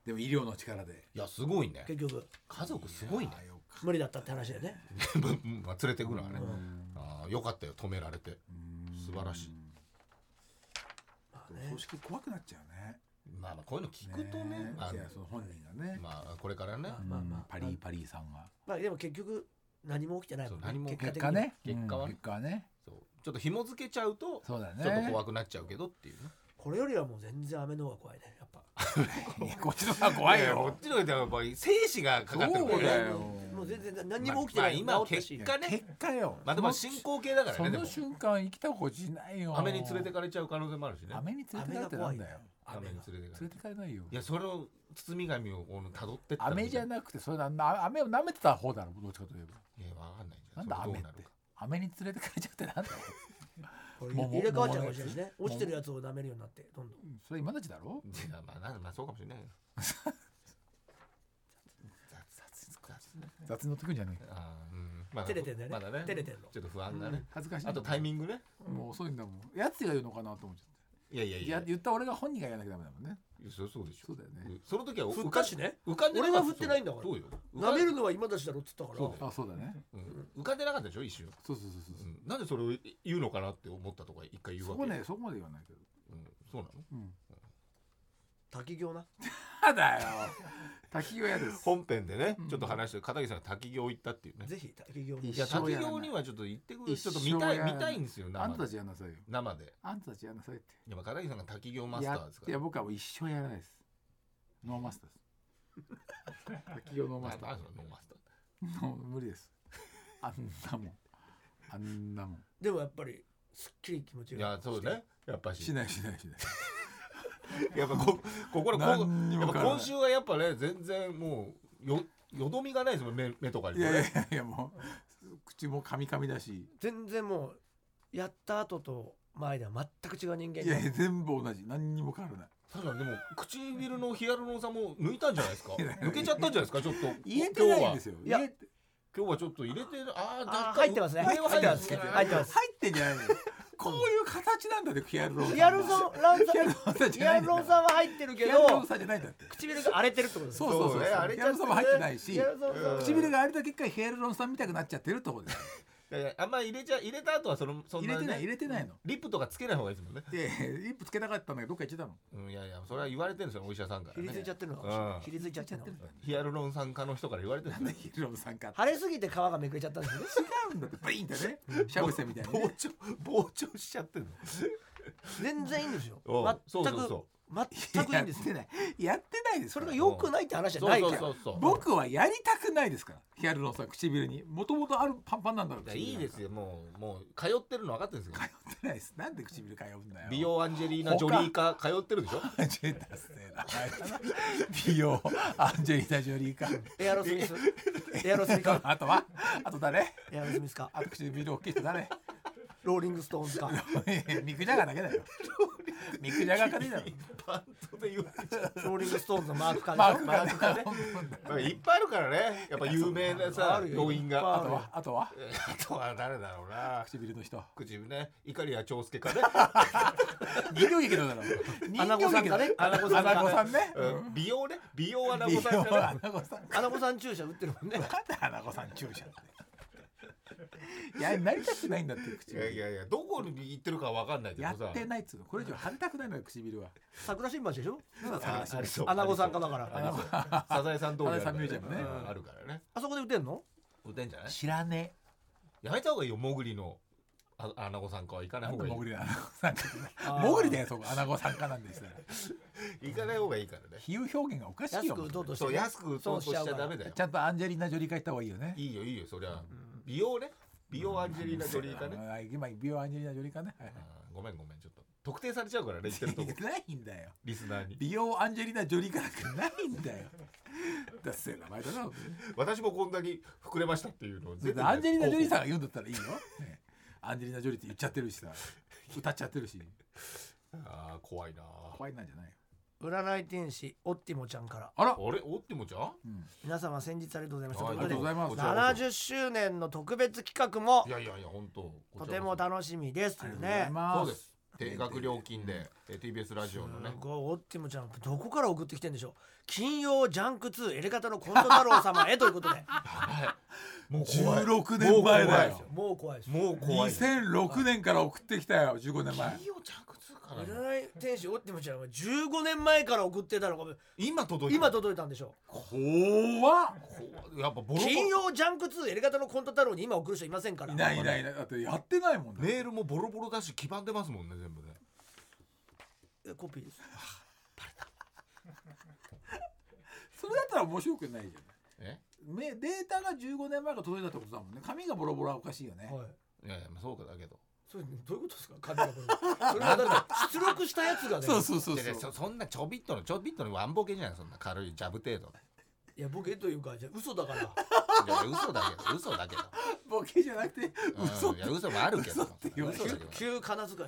Speaker 4: でも医療の力で
Speaker 2: いやすごいね
Speaker 3: 結局
Speaker 2: 家族すごいね
Speaker 4: あーよか
Speaker 3: 無理だったって話だよね
Speaker 2: まあ連れてくのはね
Speaker 4: うん
Speaker 2: あーよかったよ止められて
Speaker 4: うん
Speaker 2: 素晴らしい
Speaker 3: まあ
Speaker 4: で
Speaker 3: ね
Speaker 4: も葬式怖くなっちゃうね
Speaker 2: まあまあこういうの聞くとねあ
Speaker 4: いやその本人がね
Speaker 2: まあこれからね
Speaker 3: まあまあまあ
Speaker 4: うんパリーパリーさんが
Speaker 3: まあでも結局何も起きてないもんね
Speaker 2: そう何も起きて
Speaker 4: 結果ね
Speaker 2: 結果は
Speaker 4: うん
Speaker 2: ね
Speaker 4: 結果はね
Speaker 2: そうちょっと紐付けちゃうと
Speaker 4: そうだね
Speaker 2: ちょっと怖くなっちゃうけどっていうね
Speaker 3: これよりはもう全然雨の方が怖いねやっぱ
Speaker 4: いやこっちの方が怖い
Speaker 2: やこ
Speaker 4: よ
Speaker 2: っちの方がやっぱり生死がかかってるか
Speaker 4: そう
Speaker 2: ら
Speaker 4: だ
Speaker 2: ね
Speaker 4: よ
Speaker 3: もう全然何にも起きてない、
Speaker 2: まあまあ今
Speaker 3: 治ったし
Speaker 2: 結果ね
Speaker 4: 結果よ
Speaker 2: まあでも進行形だから
Speaker 4: そ
Speaker 2: ねで
Speaker 4: の
Speaker 2: も
Speaker 4: 瞬間生きたことしないよ
Speaker 2: 雨に連れてかれちゃう可能性もあるしね
Speaker 4: 雨に連れてかれてなんだよ
Speaker 2: 雨に連れてか
Speaker 4: 連れ
Speaker 2: れ
Speaker 4: てかれないよ
Speaker 2: いやそれを包み紙をこう辿ってったら
Speaker 4: 雨じゃなくてそれなな雨を舐めてた方だろどっちかといえば
Speaker 2: いやわかんないじゃ
Speaker 4: なんんだ
Speaker 2: それ
Speaker 4: 雨
Speaker 2: ど
Speaker 4: っ
Speaker 2: う
Speaker 4: て
Speaker 2: るか
Speaker 4: 雨に連れてかれちゃうってなんだよ
Speaker 3: これ
Speaker 4: もう
Speaker 3: 入れ替わっちゃうかもしれないしね
Speaker 4: もう
Speaker 3: 落ちてるやつを舐めるようになってどんどん
Speaker 4: うんそれ今のうちだろ
Speaker 2: いやまあなんまあそうかもしれないよ雑雑雑ね
Speaker 4: 雑に乗ってくんじゃない
Speaker 2: あーうんまあ
Speaker 3: 照れてんだよね
Speaker 2: まだね
Speaker 3: 照れてんの
Speaker 2: ちょっと不安だね
Speaker 4: 恥ずかしい
Speaker 2: あとタイミ
Speaker 4: ン
Speaker 2: ングね
Speaker 4: グもう遅いんだもんやつが言うのかなと思っちゃっ
Speaker 2: いやいや
Speaker 4: て
Speaker 2: い
Speaker 4: いや
Speaker 2: や
Speaker 4: 言った俺が本人が言わなきゃダメだもんね
Speaker 2: いやそりゃそうでしょ
Speaker 4: そうだよね
Speaker 2: その時は
Speaker 3: 振ったしね
Speaker 2: 浮かんでなか
Speaker 3: 俺は振ってないんだから
Speaker 2: そうよ浮か
Speaker 3: 舐めるのは今だしだろっつったから
Speaker 2: そうだよ
Speaker 4: あそうだね
Speaker 2: うん浮かんでなかったでしょ一瞬
Speaker 4: そうそうそうそう
Speaker 2: う
Speaker 4: そうん
Speaker 2: なんでそれを言うのかなって思ったとか一回言う
Speaker 4: そ
Speaker 2: わ
Speaker 4: こ
Speaker 2: け
Speaker 4: ねそこまで言わないけど
Speaker 2: うんそうなの
Speaker 4: うん
Speaker 3: 滝行な
Speaker 4: やだよ滝行やです
Speaker 2: 本編でねちょっと話して片桐さんが滝行行ったっていうね
Speaker 3: ぜひ滝行に
Speaker 4: 一
Speaker 2: いや
Speaker 4: 生
Speaker 2: 滝
Speaker 4: やらない
Speaker 2: 行にはちょっと行ってくる
Speaker 4: 一
Speaker 2: ちょ
Speaker 4: 生
Speaker 2: っと見たい
Speaker 4: やらない
Speaker 2: 見たいんですよ
Speaker 4: あ
Speaker 2: 生
Speaker 4: んたた
Speaker 2: で
Speaker 4: ちやんなさいよ
Speaker 2: 生で
Speaker 4: あんたたちやんなさいって
Speaker 2: でも片桐さんが滝行マスタ
Speaker 4: や
Speaker 2: ーです
Speaker 4: っ
Speaker 2: か
Speaker 4: て
Speaker 2: ら
Speaker 4: 僕はもう一生やらないですノーマスターです滝を飲ま
Speaker 2: ま
Speaker 4: せ
Speaker 2: あ、
Speaker 4: た
Speaker 2: まあ、それ飲ませた。
Speaker 4: もう無理ですあんなもんあんなもん
Speaker 3: でもやっぱりすっきり気持ち
Speaker 2: い
Speaker 3: が
Speaker 2: や、そうね。やっぱし。
Speaker 4: しないしないしない
Speaker 2: やっぱこ、ここら、こ
Speaker 4: 何に
Speaker 2: や
Speaker 4: も
Speaker 2: っ
Speaker 4: 変わ
Speaker 2: ぱ
Speaker 4: らない
Speaker 2: 今週はやっぱね、全然もう、よ、よどみがないですもん、目、目とかに
Speaker 4: い
Speaker 2: も
Speaker 4: やいや
Speaker 2: ね。
Speaker 4: いやいやもう口もカミカミだし
Speaker 3: 全然もうやった後と前では全く違う人間
Speaker 4: いやいや全部同じ何にも変わらない
Speaker 2: 確かに、でも、唇のヒアルロン酸も抜いたんじゃないですか。抜けちゃったんじゃないですか、ちょっと。
Speaker 4: 入れてないんです
Speaker 2: よ。
Speaker 4: よ
Speaker 3: いや
Speaker 4: 入れて
Speaker 2: 今日はちょっと入れてる。ああ、
Speaker 3: あ
Speaker 2: 若干
Speaker 3: ー入ってますね
Speaker 2: 上は入ってます。
Speaker 3: 入ってます入ってます
Speaker 4: 入ってんじゃないのよこういう形なんだねヒアルロン酸
Speaker 3: ヒアル
Speaker 4: ン
Speaker 3: ロンラン
Speaker 4: ヒアル
Speaker 3: 酸
Speaker 4: ロン酸じ
Speaker 3: ヒ
Speaker 4: ゃな
Speaker 3: ア
Speaker 4: いん
Speaker 3: ル
Speaker 4: だ
Speaker 3: ロン酸は入ってるけ
Speaker 4: ヒアルロ
Speaker 3: ど
Speaker 4: ン酸じゃないんだって
Speaker 3: 唇が荒れてるってことですね
Speaker 4: そうそうそう
Speaker 2: そうねあれ
Speaker 4: ヒアルロン酸も入ってないし
Speaker 3: ヒアルロン酸
Speaker 4: 唇が荒れた結果ヒアルロン酸みたくなっちゃってるってことですよ
Speaker 2: いやいやあんま入れちゃ、入れた後は、その、そん
Speaker 4: 入
Speaker 2: な、ね。
Speaker 4: れてない入れてないの
Speaker 2: リップとかつけない方がいいですもんね。
Speaker 4: いやいや一歩つけたかったんだけどどっか行っちゃったの
Speaker 2: うん、いやいや、それは言われてるんですよ、お医者さんから
Speaker 3: ひり
Speaker 2: ね。
Speaker 3: ついちゃってるのかもしれな
Speaker 2: う
Speaker 3: い
Speaker 2: ん
Speaker 3: ひりついちゃってるのかもしれない
Speaker 2: ヒアルロン酸化の人から言われてるん
Speaker 4: な
Speaker 2: で
Speaker 4: ん
Speaker 2: す
Speaker 4: でヒアルロン酸か
Speaker 3: 腫れすぎて皮がめくれちゃったんですよね
Speaker 4: 違うんだってブリンってねシャブセみたい
Speaker 2: よ。
Speaker 4: にね
Speaker 2: 膨張、膨張しちゃってるの。
Speaker 3: 全然いいんですよ
Speaker 2: おうそ
Speaker 3: 全
Speaker 2: う
Speaker 3: く
Speaker 2: そうそ
Speaker 3: 全くいいんですよ
Speaker 4: やってないやってないです
Speaker 3: そ
Speaker 4: から
Speaker 3: れが良くないって話じゃないか
Speaker 2: そ
Speaker 3: ら
Speaker 2: うそうそうそう
Speaker 4: 僕はやりたくないですからヒアルロン酸唇にもともとあるパンパンなんだから
Speaker 2: いやいいです
Speaker 4: よ
Speaker 2: よもうもう通ってるの分かってるんですよ
Speaker 4: 通ってないです なんで唇通うんだよ
Speaker 2: 美容アンジェリーナ・ジョリーか通ってるでしょ
Speaker 4: アンジェリーナス美容アンジェリーナ・ジョリーか
Speaker 3: エアロスミスエアロスミス か
Speaker 4: あとはあと誰
Speaker 3: エアロスミスか
Speaker 4: あと唇大きい人誰
Speaker 3: ローリングストーンズか
Speaker 4: ミック・ジャガーだけだよミック・ジャガーかでいいだろ
Speaker 2: バンドで言われちゃう
Speaker 3: ローリングストーンズのマークかでし
Speaker 4: マ
Speaker 3: ょ
Speaker 4: ークがね
Speaker 2: なんかいっぱいあるからねやっぱ有名なさ
Speaker 3: あるよ
Speaker 2: 要員が
Speaker 4: あ
Speaker 2: あ
Speaker 4: とはあとは
Speaker 2: えーあとは誰だろうな
Speaker 4: 唇の人
Speaker 2: 唇ね怒りや長介かね
Speaker 4: 人形劇のだろ
Speaker 3: アナゴさんかね
Speaker 4: アナゴさん
Speaker 3: アナゴさ
Speaker 4: ね
Speaker 2: うん美容ね美容アナ
Speaker 4: 美
Speaker 2: ゴ
Speaker 4: 容
Speaker 2: さんか
Speaker 4: ア
Speaker 2: ね
Speaker 4: ナゴさん
Speaker 3: アナゴさん注射打ってるもんね
Speaker 4: なんで花子さん注射って。いや、なりたくないんだって、
Speaker 2: いやい
Speaker 4: 唇。
Speaker 2: やいやどこに行ってるか分かんないけど
Speaker 4: や
Speaker 2: さ
Speaker 4: ってないっつうの、これ以上腫れたくないのよ、唇は。
Speaker 3: 桜新橋でしょ
Speaker 2: あありそう
Speaker 3: アナゴさんかだから
Speaker 2: ありそうサザエさん通りあるから
Speaker 4: サザエさんミュージアムね
Speaker 2: うんあるからね
Speaker 3: あそこで打てんの
Speaker 2: 売ってんじゃない
Speaker 4: 知らね
Speaker 2: やめた方がいいよモグリのあアナゴさんかは行か
Speaker 4: え。
Speaker 2: ない
Speaker 4: なん
Speaker 2: 方が
Speaker 4: で
Speaker 2: いい
Speaker 4: モグリのアナゴさんか
Speaker 3: あ。ー
Speaker 4: モグリだよ、そこ、アナゴさんかなんですよ。
Speaker 2: 行かない方がいいからね
Speaker 4: 比喩表現がおかしい
Speaker 3: 安
Speaker 4: よ。
Speaker 3: く打とうとして
Speaker 2: そう
Speaker 3: ね
Speaker 2: 安く売とうとしちゃダメだよ
Speaker 4: ちゃんとアンジェリーナ・ジョリーが行った方がいいよね。
Speaker 2: いいよいいよそりゃ美容ね美容アンジェリーナ・ジョリーかね
Speaker 4: ね。今、美容アンジェリーナ・ジョリーかね。はいはい
Speaker 2: うんごめんごめんちょっと特定され ちゃうからね言って るとこ
Speaker 4: ないんだよ。
Speaker 2: リスナーに
Speaker 4: 美容アンジェリーナ・ジョリーかなんかないんだよ。だっせえ名前だな。本当に
Speaker 2: 私もこんなに膨れましたっていうのを
Speaker 4: だってアンジェリーナ・ジョリーさんが言うんだったらいいよ。ねアンジェリーナ・ジョリーって言っちゃってるしさ、歌っちゃってるし、
Speaker 2: あー怖いなあ
Speaker 4: 怖いなんじゃないよ。
Speaker 3: 占い天使オッティモちゃんから
Speaker 4: あら、
Speaker 2: れおってもじゃん
Speaker 4: うん、
Speaker 3: 皆様先日ありがとうございました
Speaker 2: あ
Speaker 3: と
Speaker 2: り
Speaker 3: いう
Speaker 2: が
Speaker 3: ことと
Speaker 2: うご
Speaker 3: で
Speaker 2: ざいます
Speaker 3: 70周年の特別企画も
Speaker 2: いやいやいや本当
Speaker 3: とても楽しみですと
Speaker 4: あ
Speaker 3: いう
Speaker 4: りがとうござい
Speaker 3: ね
Speaker 4: ま
Speaker 2: そ
Speaker 4: す。
Speaker 2: うです定額料金でえ TBS ラジオのね
Speaker 3: すごいオッティモちゃんどこから送ってきてんでしょう金曜ジャンク2エレガタの近藤太郎様へということで
Speaker 2: もう怖い
Speaker 4: 16年前だよ。
Speaker 3: もう怖いです
Speaker 2: もう怖い
Speaker 4: 2006年から送ってきたよ、15年前。
Speaker 2: 曜着通からね
Speaker 3: 占い天使オッティモちゃんは15年前から送ってたのが
Speaker 2: 今届いた
Speaker 3: 今届いたんでしょ
Speaker 4: 怖っ
Speaker 2: こうやっぱボロボ
Speaker 3: う
Speaker 2: ロ
Speaker 3: 金曜ジャンク2エレガタのコント太郎に今送る人いませんから
Speaker 4: いないいないいない、だってやってないもんね。
Speaker 2: メールもボロボロだし黄ばんでますもんね全部ね
Speaker 3: えコピーです
Speaker 4: それだったら面白くないじゃん。
Speaker 2: え
Speaker 4: めデータが15年前から届いたってことだもんね。紙がボロボロはおかしいよね。
Speaker 3: はい
Speaker 2: いやいやまあそうかだけど
Speaker 3: それどういうことですか神がこれそれはだって出力したやつがね
Speaker 4: そうそうそう
Speaker 2: でね
Speaker 4: そ。
Speaker 2: そうそんなちょびっとのちょびっとのワンボケじゃないそんな軽いジャブ程度
Speaker 3: いやボケというかじゃあ嘘だから
Speaker 2: いやいや嘘だけど嘘だけど
Speaker 4: ボケじゃなくて、
Speaker 2: うん
Speaker 4: 嘘っ
Speaker 2: い
Speaker 4: て
Speaker 2: や。嘘もあるけど
Speaker 4: 嘘って言わない
Speaker 2: 嘘だけど
Speaker 3: 急仮名遣い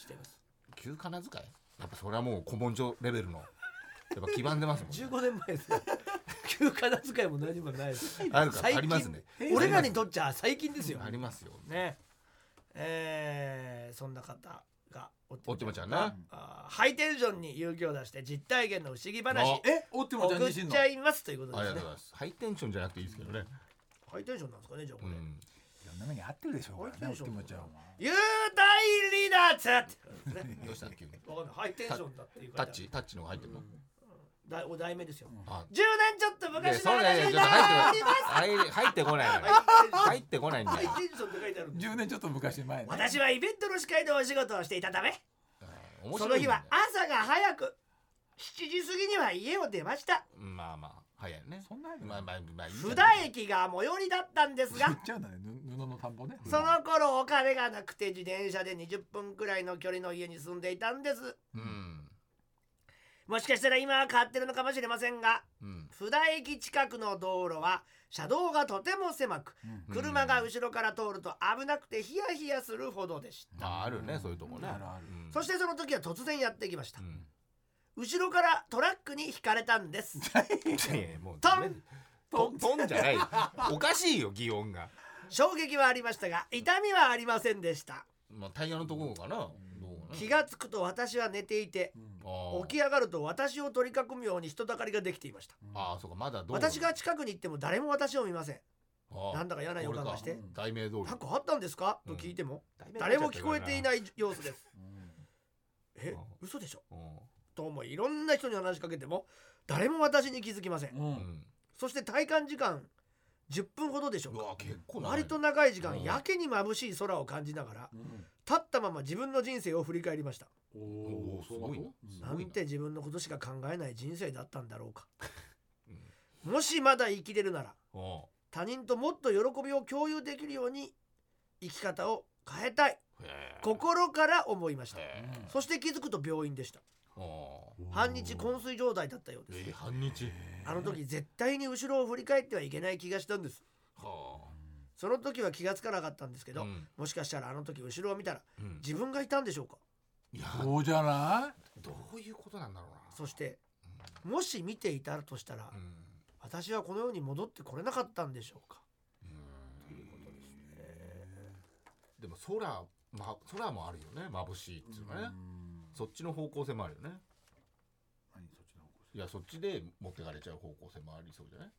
Speaker 3: してます
Speaker 2: 急仮名遣いやっぱそれはもう古文書レベルのやっぱ黄ばんでますもん、ね、
Speaker 3: 15年前ですよ 急仮名遣いも何もないです
Speaker 2: あるからありますね
Speaker 3: 最近俺らにとっちゃ最近ですよ
Speaker 2: ありますよ
Speaker 3: ねえー、そんな方がお
Speaker 2: おってもちゃんな
Speaker 3: あーハイテンションに勇気を出して実体験の不思議話
Speaker 2: あ
Speaker 4: え、おってもちゃん
Speaker 3: 送っ
Speaker 4: 自身の
Speaker 3: ち。ゃいますということ
Speaker 2: あり
Speaker 3: で
Speaker 2: が
Speaker 3: す
Speaker 2: とうご
Speaker 3: ね
Speaker 2: ざいますハイテンションじゃなくていいですけどね
Speaker 3: ハイテンションなんですかねじゃあこ
Speaker 2: う
Speaker 3: れ、
Speaker 2: ん
Speaker 4: いろんな目に合ってるでしょうからね、お
Speaker 3: 合っててる
Speaker 4: も
Speaker 3: でし
Speaker 4: ちゃ
Speaker 3: ょ
Speaker 4: ん
Speaker 3: う
Speaker 4: は。
Speaker 3: 幽体離脱って言うんですね
Speaker 2: どうした急に
Speaker 3: わかんないハイテンションだっていう
Speaker 2: タ
Speaker 3: か
Speaker 2: ッチタッチのが入ってるの、
Speaker 3: だお題名ですよ、
Speaker 2: あ
Speaker 3: 10年ちょっと
Speaker 2: で
Speaker 3: 昔の
Speaker 2: そうだ
Speaker 3: 話
Speaker 2: よ
Speaker 3: に
Speaker 2: ちょっ
Speaker 3: な
Speaker 2: と入って
Speaker 3: りま
Speaker 2: こ
Speaker 3: す
Speaker 2: 入 り入ってこないのよ入ってこないんだ
Speaker 3: ハイ
Speaker 2: よ
Speaker 3: テンションって書いてあるんです
Speaker 4: 10年ちょっと昔前ね。
Speaker 3: 私はイベントの司会でお仕事をしていたため
Speaker 2: 面
Speaker 3: そ
Speaker 2: 白
Speaker 3: の
Speaker 2: いん
Speaker 3: 日
Speaker 2: だよ
Speaker 3: は朝が早く7時過ぎには家を出ました
Speaker 2: まあま早いね
Speaker 4: そんなや
Speaker 2: まあまあまあいい
Speaker 3: 布田駅が最寄りだったんです
Speaker 4: 言
Speaker 3: が
Speaker 4: っちゃうんだねぬ布の田んぼね
Speaker 3: その頃お金がなくて自転車で20分くらいの距離の家に住んでいたんです
Speaker 2: うん
Speaker 3: もしかしたら今は変わってるのかもしれませんが
Speaker 2: うん
Speaker 3: 布田駅近くの道路は車道がとても狭く
Speaker 4: うん
Speaker 3: 車が後ろから通ると危なくてヒヤヒヤするほどでした
Speaker 2: まああるねそういうとこね
Speaker 4: あるある
Speaker 2: うん
Speaker 3: そしてその時は突然やってきました
Speaker 2: うん
Speaker 3: 後ろからトラックにひかれたん です
Speaker 2: いやいやもう
Speaker 3: トン
Speaker 2: ダメトントンじゃ ないおかしいよ擬音が
Speaker 3: 衝撃はありましたが痛みはありませんでした
Speaker 2: まあタイヤのところかなどう
Speaker 3: 気がつくと私は寝ていて
Speaker 2: き
Speaker 3: 起き上がると私を取り囲むように人だかりができていました
Speaker 2: あーそうかまだどう
Speaker 3: 私が近くに行っても誰も私を見ませんなん
Speaker 2: だ
Speaker 3: だか嫌な予感がして
Speaker 2: 題名通り
Speaker 3: 何かあったんですかと聞いても誰も聞こえていない様子ですえ嘘でしょ
Speaker 2: うん
Speaker 3: と思いいろんな人に話しかけても誰も私に気づきません
Speaker 4: うん
Speaker 2: う、ん
Speaker 3: そして体感時間10分ほどでしょ
Speaker 2: う
Speaker 3: うか
Speaker 2: わ結構長い
Speaker 3: 割と長い時
Speaker 2: う
Speaker 3: 間
Speaker 2: ん
Speaker 3: やけに眩しい空を感じながら
Speaker 4: うん
Speaker 3: 立ったまま自分の人生を振り返りました
Speaker 4: お
Speaker 2: お
Speaker 4: お
Speaker 2: ーすごいなす
Speaker 3: な
Speaker 2: ごい
Speaker 3: ん
Speaker 2: な
Speaker 3: て自分のことしか考えない人生だったんだろうか
Speaker 2: うん
Speaker 3: もしまだ生きれるなら
Speaker 2: うん
Speaker 3: 他人ともっと喜びを共有できるように生き方を変えたい
Speaker 2: へー
Speaker 3: 心から思いました
Speaker 2: へー
Speaker 3: そして気づくと病院でした
Speaker 2: うん
Speaker 3: 半日昏睡状態だったよう
Speaker 2: え
Speaker 3: です
Speaker 2: ー半日
Speaker 3: あの時絶対に後ろを振り返ってはいけない気がしたんです
Speaker 2: は
Speaker 3: その時は気がつかなかったんですけ
Speaker 2: あ
Speaker 3: ど、もしかしたらあの時後ろを見たら
Speaker 2: うん
Speaker 3: 自分がいたんでしょうか
Speaker 2: いや
Speaker 4: そうじゃな
Speaker 2: どういうことなんだろうな
Speaker 3: そしてもし見ていたとしたら
Speaker 2: うん
Speaker 3: 私はこの世に戻ってこれなかったんでしょうか
Speaker 2: うんでも空ま空もあるよね眩しいっていう
Speaker 4: い
Speaker 2: かねそっちの方向性もあるよね
Speaker 4: 何そっちの方
Speaker 2: い
Speaker 4: 向
Speaker 2: やそっちで持ってかれちゃう方向性もありそうじゃない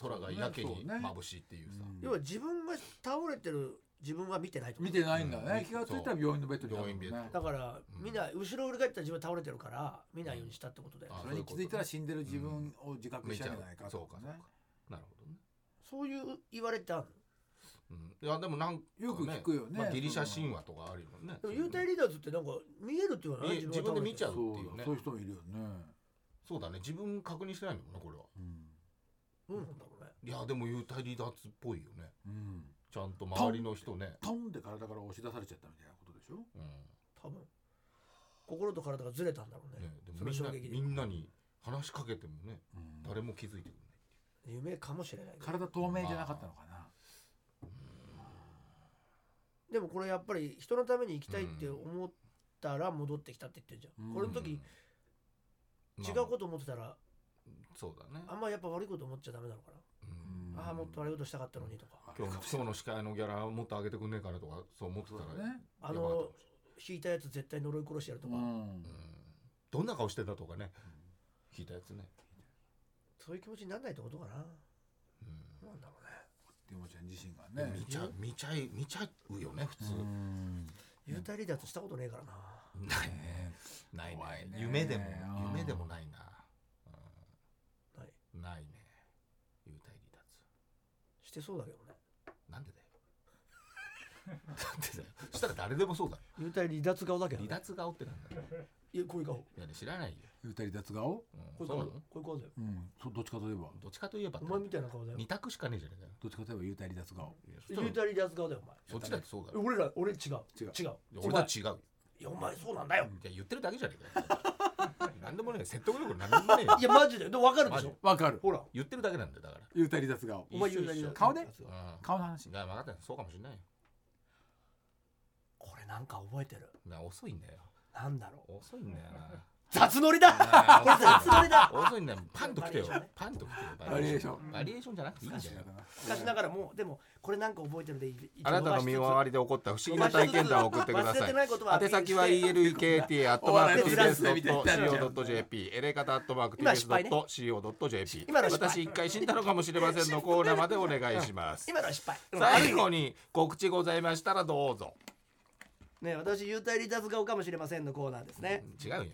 Speaker 2: 空がやけに眩しいっていうさ
Speaker 3: 要は自分が倒れてる自分は見てないってこと
Speaker 4: 見てないんだ
Speaker 2: うん
Speaker 4: ね気がついたら病院のベッドにあるもんね
Speaker 2: 病院ベッド
Speaker 3: だからみんな後ろ振り返ったら自分は倒れてるから見ないようにしたってことで、
Speaker 2: あ
Speaker 4: それに気づいたら死んでる自分を自覚
Speaker 2: 見
Speaker 4: し
Speaker 2: ち
Speaker 4: た
Speaker 2: ゃ
Speaker 4: ん
Speaker 2: う
Speaker 4: じゃないか
Speaker 2: そ
Speaker 4: と
Speaker 2: うか
Speaker 4: か
Speaker 2: そうか
Speaker 4: ね
Speaker 2: なるほどね
Speaker 3: そういう言われってある
Speaker 2: うんいやでもなんかね
Speaker 4: よく聞くよね
Speaker 2: まあギリシャ神話とかあるよね
Speaker 3: のでも幽体離脱ってなんか見えるって言わない
Speaker 2: 見え自分で見ちゃ
Speaker 3: う
Speaker 2: うっていうね
Speaker 4: そういう人もいるよね
Speaker 2: そうだね自分確認してないもんねこれは
Speaker 4: うん
Speaker 3: うんなんだろうね
Speaker 2: いやでも幽体離脱っぽいよね
Speaker 4: うん
Speaker 2: ちゃんと周りの人ね
Speaker 4: トンで体から押し出されちゃったみたいなことでしょ
Speaker 2: うん
Speaker 3: 多分心と体がずれたんだろうね
Speaker 2: ねでも
Speaker 3: その
Speaker 2: みん
Speaker 3: 衝
Speaker 2: な
Speaker 3: 撃で
Speaker 2: みんなに話しかけてもね
Speaker 4: うん
Speaker 2: 誰も気づいてくれない
Speaker 3: 夢かもしれないけど
Speaker 4: 体透明じゃなかったのかな
Speaker 3: でもこれやっぱり人のために生きたいって思ったら戻ってきたって言ってるじゃん、
Speaker 4: うん
Speaker 3: これの時
Speaker 2: うん
Speaker 3: 違うこと思ってたら
Speaker 2: そうだね
Speaker 3: あんまやっぱ悪いこと思っちゃダメなのか
Speaker 2: うん
Speaker 3: な、ああもっと悪いことしたかったのにとか
Speaker 2: 今日今日の司会のギャラもっと上げてくんねえかなとかそう思ってた
Speaker 4: そう
Speaker 2: ら
Speaker 4: だね
Speaker 3: あ
Speaker 2: やばかった
Speaker 3: の
Speaker 2: かもし
Speaker 3: 引いたやつ絶対呪い殺してやると
Speaker 4: う
Speaker 3: か、
Speaker 4: ん
Speaker 2: れないうんどんな顔してたとかね聞いたやつね
Speaker 3: そういう気持ちにならないってことかな
Speaker 2: うん
Speaker 3: なんだろうね
Speaker 4: でもちゃん自身が
Speaker 2: でも
Speaker 4: ね
Speaker 2: 見ちゃう見ちゃい見ちゃうよね普通
Speaker 4: うん
Speaker 3: 幽体離脱したことねえからな
Speaker 2: ない
Speaker 4: ね
Speaker 2: ない
Speaker 4: 怖い
Speaker 2: ね
Speaker 4: ね
Speaker 2: 夢でも
Speaker 4: うん
Speaker 2: 夢でもないな
Speaker 3: ない
Speaker 2: うんないね幽体離脱
Speaker 3: してそうだけど ね
Speaker 2: なんでだよなんでだよ そしたら誰でもそうだよ
Speaker 3: 幽体離脱顔だけど、
Speaker 2: 離
Speaker 3: ね、
Speaker 2: 脱顔ってなんだよ
Speaker 3: いやこういう顔
Speaker 2: いや知らないよ
Speaker 4: 二人脱顔
Speaker 2: う
Speaker 3: こ
Speaker 2: ん
Speaker 3: うい
Speaker 2: そうな
Speaker 3: う顔
Speaker 2: の
Speaker 3: こういう顔だよ
Speaker 4: うんそどっちかといえば
Speaker 2: どっちかといえばっ
Speaker 3: お
Speaker 2: て
Speaker 3: 前みたいな顔だよ
Speaker 2: 二択しかねえじゃねえかよ
Speaker 4: どっちかといえば幽体離脱顔
Speaker 2: いやそしたら
Speaker 3: 幽体離脱顔だよお
Speaker 2: そっちだってそうだ
Speaker 3: 前
Speaker 2: よ
Speaker 3: 俺ら俺違う
Speaker 4: 違う
Speaker 3: 違
Speaker 2: い
Speaker 3: う
Speaker 2: や
Speaker 3: お
Speaker 2: 俺
Speaker 3: 前
Speaker 2: と違うよ
Speaker 3: いやお前そうなんだよ、
Speaker 2: いや言ってるだけじゃねえかよ なんでもねえ説得力なんでもねえよ
Speaker 3: いやマジででも分かるで
Speaker 2: マ
Speaker 3: しょ
Speaker 2: ジ
Speaker 4: わかる
Speaker 3: ほら
Speaker 2: 言ってるだけなんだよだから
Speaker 4: 幽体離脱顔
Speaker 3: お前
Speaker 2: 一緒
Speaker 3: 幽体
Speaker 2: 一
Speaker 3: 離脱
Speaker 2: 緒
Speaker 4: 顔ね
Speaker 2: うん
Speaker 4: 顔の話
Speaker 2: いや分かったよそうかもしれないよ
Speaker 3: これなんか覚えてる
Speaker 2: な遅いんだよ
Speaker 3: なんだろう
Speaker 2: 遅いんだよな
Speaker 3: 雑乗りだ
Speaker 2: あ
Speaker 3: これ
Speaker 2: ー
Speaker 3: 雑乗りだ
Speaker 2: 遅いんだよパンと来てよ
Speaker 3: バリエーション
Speaker 2: パンと来てよ
Speaker 3: ね
Speaker 4: バリ
Speaker 2: バリエ
Speaker 4: エーション
Speaker 2: ーションじゃなくていいんだよ
Speaker 3: しかしながらもうでもこれなんか覚えてるでい
Speaker 2: あなたの身の回りで起こった不思議な体験談を送ってくだ
Speaker 3: 忘れ
Speaker 2: さ
Speaker 3: て
Speaker 2: い
Speaker 3: ないことはアピー
Speaker 2: 宛
Speaker 3: ルして
Speaker 2: 先は elkt.tbs.co.jp エレカタ .tbs.co.jp
Speaker 3: 今の失敗
Speaker 2: 私一回死んだのかもしれませんのコーナーまでお願いし ます
Speaker 3: 今のは失敗
Speaker 2: 最後に告知ございましたらどうぞ
Speaker 3: ね私幽体離脱顔かもしれませんのコーナーですね
Speaker 2: 違うよ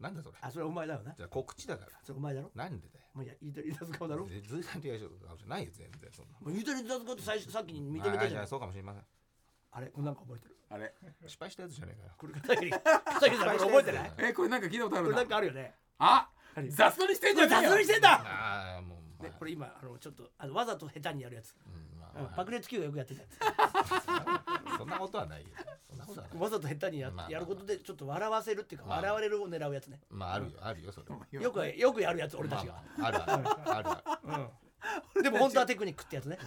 Speaker 2: なんだそれ
Speaker 3: あそれお前だよな
Speaker 2: じゃあ告知だから
Speaker 3: それお前だろ
Speaker 2: なんでだよ
Speaker 3: もういや幽体離脱顔だろも
Speaker 2: ずずいぶんリアクションじゃないよ全然そんな
Speaker 3: う幽体離脱顔って最初さっき認め
Speaker 2: あ
Speaker 3: た
Speaker 2: ー
Speaker 3: じ
Speaker 2: じ
Speaker 3: ゃ
Speaker 2: ゃ
Speaker 3: ん
Speaker 2: あそうかもしれません
Speaker 3: あれこれなんか覚えてる
Speaker 4: あれ
Speaker 2: 失敗したやつじゃねえかよ
Speaker 3: これ片 桐片桐さんこれ覚えてない
Speaker 4: えこれなんか聞いたことあ
Speaker 3: こ
Speaker 4: る
Speaker 3: れな
Speaker 4: なん
Speaker 3: かあるよね
Speaker 4: あ
Speaker 3: 何
Speaker 4: 雑にしてんじゃねえよ
Speaker 3: 雑にしてんだ
Speaker 2: ああもう
Speaker 3: ねこれ今あのちょっとあのわざと下手にやるやつ、
Speaker 2: うんま
Speaker 3: うん
Speaker 2: あ
Speaker 3: 爆裂球がよくやってたやつ
Speaker 2: そんなことはないよ。そんなことはない。
Speaker 3: わざと下手にや,、
Speaker 2: まあまあ
Speaker 3: やることでちょっと笑わせるっていうか、
Speaker 2: まあ
Speaker 3: 笑われるを狙うやつね
Speaker 2: まああるよあるよそれは。
Speaker 3: よくよくやるやつ俺たちが
Speaker 2: ま、あまああるあるあるあ
Speaker 3: うんでも本当はテクニックってやつね
Speaker 2: る。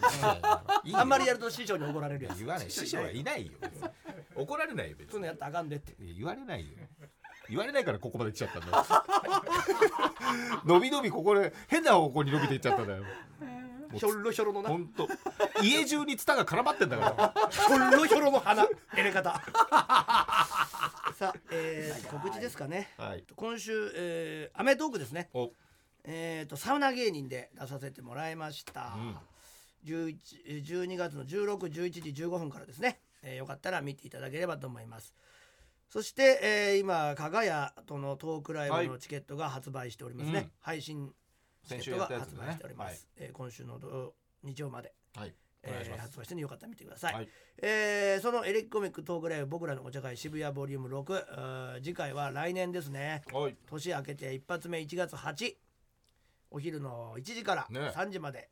Speaker 3: あんまりや
Speaker 2: る。
Speaker 3: ると師匠に怒られるやつ
Speaker 2: 言わない。師匠はいないよ。怒られないよ別
Speaker 3: そん
Speaker 2: に。
Speaker 3: な
Speaker 2: い
Speaker 3: やったらあかんでって
Speaker 2: や言われないよ。言われないからここまで来ちゃったんだよ。伸び伸びここで変な方向に伸びていっちゃったんだよ。
Speaker 3: ひょろひょろのなひ
Speaker 2: 本当。家中にツタが絡まってんだから。
Speaker 3: ょろひょろの 花入れ方 さあ、えー告知ですかね
Speaker 2: はい。
Speaker 3: 今週、えーアメトークですね
Speaker 2: お、
Speaker 3: えー、とサウナ芸人で出させてもらいました、
Speaker 2: うん
Speaker 3: 11えー12月の1611時15分からですね、えーよかったら見ていただければと思いますそして、えー今加賀屋とのトークライブのチケットが発売しておりますね、
Speaker 2: うん
Speaker 3: 配信チ
Speaker 2: 先
Speaker 3: ケッ
Speaker 2: 週や
Speaker 3: トが
Speaker 2: ったやつ
Speaker 3: 発
Speaker 2: ね
Speaker 3: 売しております、えー今週の土日曜まで、
Speaker 2: はい。お願いし
Speaker 3: え
Speaker 2: ま
Speaker 3: ー
Speaker 2: す。
Speaker 3: 発売してるのでよかったら見てください、
Speaker 2: はい
Speaker 3: えーそのエレキコミックトークライブ僕らのお茶会渋谷ボリューム6あー次回は来年ですね
Speaker 2: はい。
Speaker 3: 年明けて一発目1月8お昼の1時から
Speaker 2: ね
Speaker 3: 3時まで、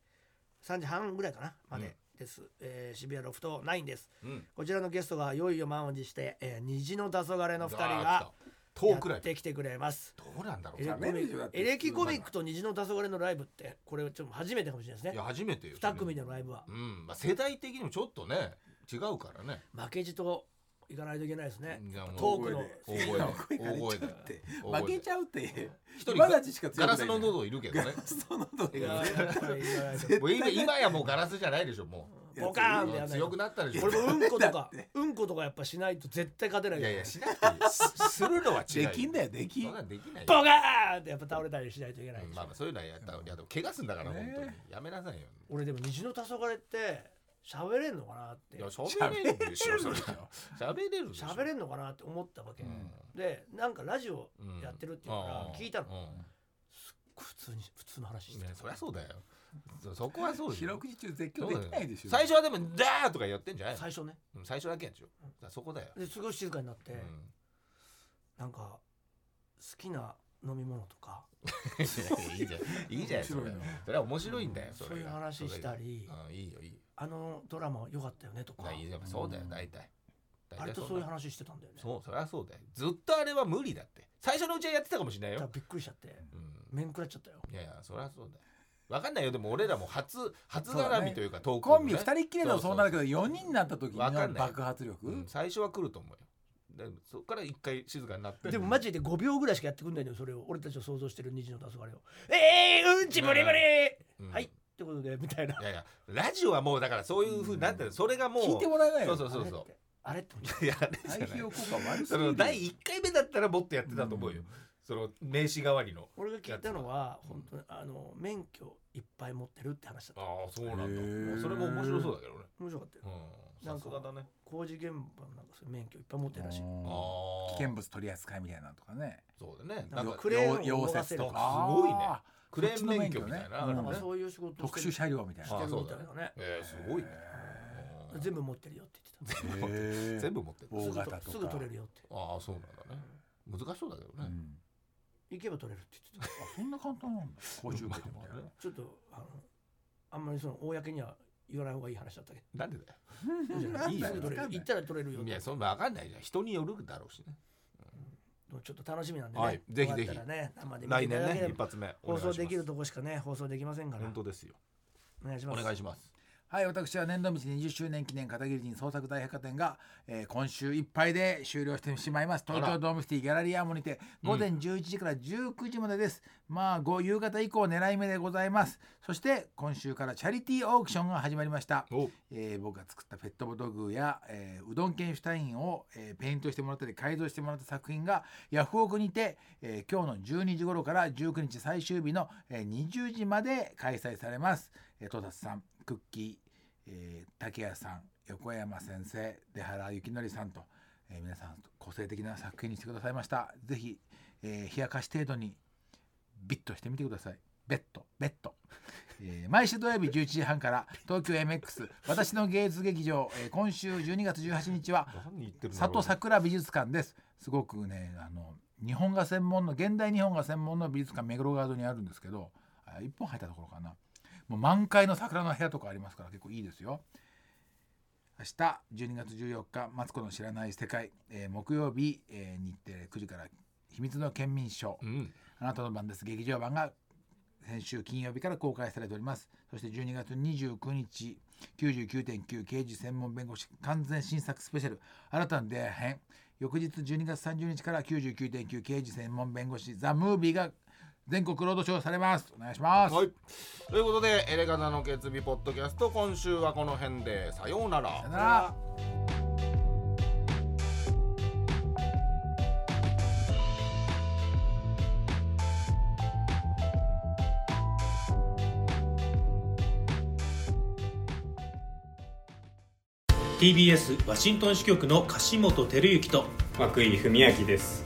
Speaker 3: 3時半ぐらいかなま
Speaker 2: うん
Speaker 3: でです、えー渋谷ロフト9です
Speaker 2: うん。
Speaker 3: こちらのゲストがいよいよ満を持して、えー虹の黄昏の2人
Speaker 2: あー来
Speaker 3: が
Speaker 2: たトークラ
Speaker 3: や
Speaker 2: イ
Speaker 3: っ
Speaker 2: ブ。
Speaker 3: てきてくれます
Speaker 2: どうなんだろう
Speaker 3: エレコ
Speaker 2: ね。
Speaker 3: ミ
Speaker 4: メージはだって
Speaker 3: エレキコミックと虹の黄昏のライブってこれちょっと初めてかもしれないです
Speaker 2: い
Speaker 3: ね
Speaker 2: や初めてよ。
Speaker 3: 2組でのライブは
Speaker 2: うん、まあ、世代的にもちょっとね違うからね
Speaker 3: 負けじと行かないといけないですね
Speaker 2: いやもう
Speaker 3: トークの
Speaker 2: 大声で大声で大声で
Speaker 4: 負けちゃうって
Speaker 2: 一人
Speaker 4: 今たちしか
Speaker 2: ガ
Speaker 4: 強くな
Speaker 2: ラ
Speaker 4: い
Speaker 2: スの喉いるけどね
Speaker 4: その喉
Speaker 3: いや
Speaker 4: が
Speaker 3: やっぱり行かないと
Speaker 2: もう今今やもうガラスじゃないでしょも
Speaker 3: ボカーンっ
Speaker 2: う
Speaker 3: てやらない
Speaker 2: 強
Speaker 3: と
Speaker 2: くなったでしょ
Speaker 3: 俺もうんこと
Speaker 4: だ
Speaker 3: か
Speaker 4: って
Speaker 3: うんことかやっぱしないと絶対勝てない
Speaker 2: い
Speaker 3: か
Speaker 2: や
Speaker 3: ら
Speaker 2: いやしなくていいすするのは違う
Speaker 4: できんだよでき
Speaker 2: そ
Speaker 4: ん
Speaker 2: んなんできない
Speaker 3: ボ
Speaker 2: よ
Speaker 3: カーンってやっぱ倒れたりしないといけない
Speaker 2: うん
Speaker 3: でしょ
Speaker 2: まあまあそういうのはやったいやでも怪我すんだから本当にやめなさいよ
Speaker 3: 俺でも虹の黄昏って喋れんのかなっ
Speaker 2: い
Speaker 3: て
Speaker 2: や喋れるでしょそれは喋れるでしょ
Speaker 3: 喋れんのかなって思ったわけ、
Speaker 2: うん
Speaker 3: でなんかラジオ
Speaker 2: うん
Speaker 3: やってるっていうから聞いたの、普通に普通の話
Speaker 2: う
Speaker 3: し
Speaker 2: んい
Speaker 3: てた
Speaker 2: やそりゃそうだよそそこはそうで
Speaker 4: 四
Speaker 2: しょ
Speaker 4: 六時中絶叫できないでしょ
Speaker 2: 最初はでも「ダー!」とかやってんじゃないの
Speaker 3: 最初ね
Speaker 2: うん最初だけやでしょだからそこだよ
Speaker 3: ですごい静かになって、
Speaker 2: うん
Speaker 3: なんか好きな飲み物とか
Speaker 2: いやいいじゃん。いいじゃん。それ
Speaker 4: 面白いな
Speaker 2: それは面白いんだよ。
Speaker 3: そう
Speaker 2: れ
Speaker 3: いう
Speaker 2: が
Speaker 3: 話した。り
Speaker 2: それがうんいいよいいよ。
Speaker 3: あのドラマ良かったよねとか
Speaker 2: まあいいやっぱそうだよ大体。大体
Speaker 3: 割と
Speaker 2: ん
Speaker 3: そういう
Speaker 2: な
Speaker 3: 話してたんだよね
Speaker 2: そうそりゃそうだよ。ずっとあれは無理だって。最初のうちはやってたかもしれない
Speaker 3: だから
Speaker 2: よ。
Speaker 3: びっくりしちゃって
Speaker 2: うん。
Speaker 3: 面食らっちゃったよ
Speaker 2: いやいやそりゃそうだよ。わかんないよでも俺らも初初絡みというかトーク
Speaker 4: コ
Speaker 2: もね
Speaker 4: ンビ二人っきりだとそうなるけど四人になった時
Speaker 2: わか
Speaker 4: の
Speaker 2: んない
Speaker 4: 爆発力
Speaker 2: うん最初は来ると思うよ。でそっから一回静かになって。
Speaker 3: でもマジで5秒ぐらいしかやってくんないのよそれを俺たちを想像してる虹の黄昏を「えー、うんちブリブリ!
Speaker 2: うん
Speaker 3: はい」っ。てことでみたいない
Speaker 2: やいやラジオはもうだからそういう風になってる。それがもう
Speaker 4: 聞いてもらえない
Speaker 2: そ
Speaker 4: よ
Speaker 2: うそうそうそう。
Speaker 3: あれって思っちゃ う
Speaker 2: いやあれじゃ
Speaker 4: 対
Speaker 2: ない
Speaker 4: 比。効果悪す
Speaker 2: そ
Speaker 4: ぎる
Speaker 2: の第1回目だったらもっとやってたと思うよ、
Speaker 4: うん
Speaker 2: その名刺代わりの
Speaker 3: 俺が聞いたのは本当にあの免許いっぱい持ってるって話だった
Speaker 2: ああそうなん
Speaker 4: へー
Speaker 2: だそれも面白そうだけどね
Speaker 3: 面白かったよ
Speaker 2: うん
Speaker 3: な
Speaker 2: さ
Speaker 3: んか
Speaker 2: すがだね
Speaker 3: 工事現場のなんかそういう免許いっぱい持ってるらしい
Speaker 2: あ
Speaker 4: 危
Speaker 2: あ
Speaker 4: 険物取り扱いみたいなのとかね
Speaker 2: そうだね
Speaker 3: な
Speaker 2: なんん
Speaker 3: か
Speaker 2: か
Speaker 3: クレーンを
Speaker 4: 溶
Speaker 3: 動かせ
Speaker 4: 接
Speaker 3: る
Speaker 4: と
Speaker 3: と
Speaker 4: か
Speaker 2: す
Speaker 3: か
Speaker 2: ごいね
Speaker 4: あー
Speaker 2: クレーン免許みたいな
Speaker 4: こっ
Speaker 2: の
Speaker 4: ちの
Speaker 3: なん
Speaker 2: あ
Speaker 3: か
Speaker 2: るね
Speaker 3: そういう仕事を
Speaker 4: 特殊
Speaker 3: して
Speaker 4: 車両みたい
Speaker 3: る
Speaker 4: な
Speaker 2: あ
Speaker 3: みたいなね
Speaker 2: えー、すごいねうん
Speaker 3: 全部持ってるよって言って
Speaker 4: へー
Speaker 2: 全部持ってる
Speaker 4: 大型と
Speaker 3: た
Speaker 4: か
Speaker 3: すぐすぐ取れるよって
Speaker 2: ああそうなんだね難しそうだけど
Speaker 4: う
Speaker 2: ね、
Speaker 4: ん
Speaker 3: 行けば取れるって言って
Speaker 4: あそんな簡単なんだ講習受けてみ
Speaker 2: まあ
Speaker 4: たい
Speaker 2: まあね
Speaker 4: な
Speaker 3: たちょっとあのあんまりその公には言わない方がいい話だったけ
Speaker 2: なんでだよ
Speaker 3: どいいじゃない
Speaker 2: いいよ
Speaker 3: すぐ取れる行ったら取れるよっ
Speaker 2: い
Speaker 3: て
Speaker 2: やそんな分かんないじゃん人によるだろうしね
Speaker 3: ちょっと楽しみなんでね、
Speaker 2: はいぜひぜひ
Speaker 3: よかったらね、生で見て
Speaker 2: 来
Speaker 3: いた
Speaker 2: 年
Speaker 3: だけ
Speaker 2: ね
Speaker 3: れ
Speaker 2: 一
Speaker 3: ば
Speaker 2: 発目お
Speaker 3: 放
Speaker 2: 願いし
Speaker 3: 送
Speaker 2: ます
Speaker 3: できるとこしかね放送できませんから
Speaker 2: 本当ですよ
Speaker 3: お願いし
Speaker 2: お
Speaker 3: ます
Speaker 2: 願いします
Speaker 4: はい私は年度道20周年記念片桐人創作大百貨店が、えー今週いっぱいで終了してしまいます東
Speaker 2: あ
Speaker 4: 京
Speaker 2: ら
Speaker 4: ドームシティギャラリーアーモにて午前11時から19時までです、まあご夕方以降狙い目でございますそして今週からチャリティーオークションが始まりました
Speaker 2: お
Speaker 4: えー僕が作ったペットボトルグや、えーうどん研シュタインを、えーペイントしてもらったり改造してもらった作品がヤフオクにて、えー今日の12時頃から19日最終日の、えー20時まで開催されます。えー、戸達さんクッキー、えー竹谷さん横山先生出原幸則さんと、えー皆さん個性的な作品にしてくださいました。ぜひ、えー冷やかし程度にビッとしてみてください。ベッドベッドえー毎週土曜日11時半から東京 MX 私の芸術劇場、えー今週12月18日は
Speaker 2: 何言ってるんだろう
Speaker 4: 里桜美術館ですすごくねあの日本が専門の現代日本が専門の美術館目黒川沿いにあるんですけどあ一本入ったところかなもう満開の桜の部屋とかありますから結構いいですよ明日12月14日「マツコの知らない世界」えー木曜日、えー日テレ9時から「秘密の県民賞」
Speaker 2: うん。
Speaker 4: あなたの番です劇場版が先週金曜日から公開されておりますそして12月29日99.9刑事専門弁護士完全新作スペシャル新たな出会い編翌日12月30日から99.9刑事専門弁護士ザ・ムービーが全国ロードショーされますお願いします、
Speaker 2: はい。ということで、エレガタの決日ポッドキャスト、今週はこの辺で、さようなら
Speaker 4: さよ。なら
Speaker 5: ー TBS ワシントン支局の樫本照之と
Speaker 6: 涌井文明です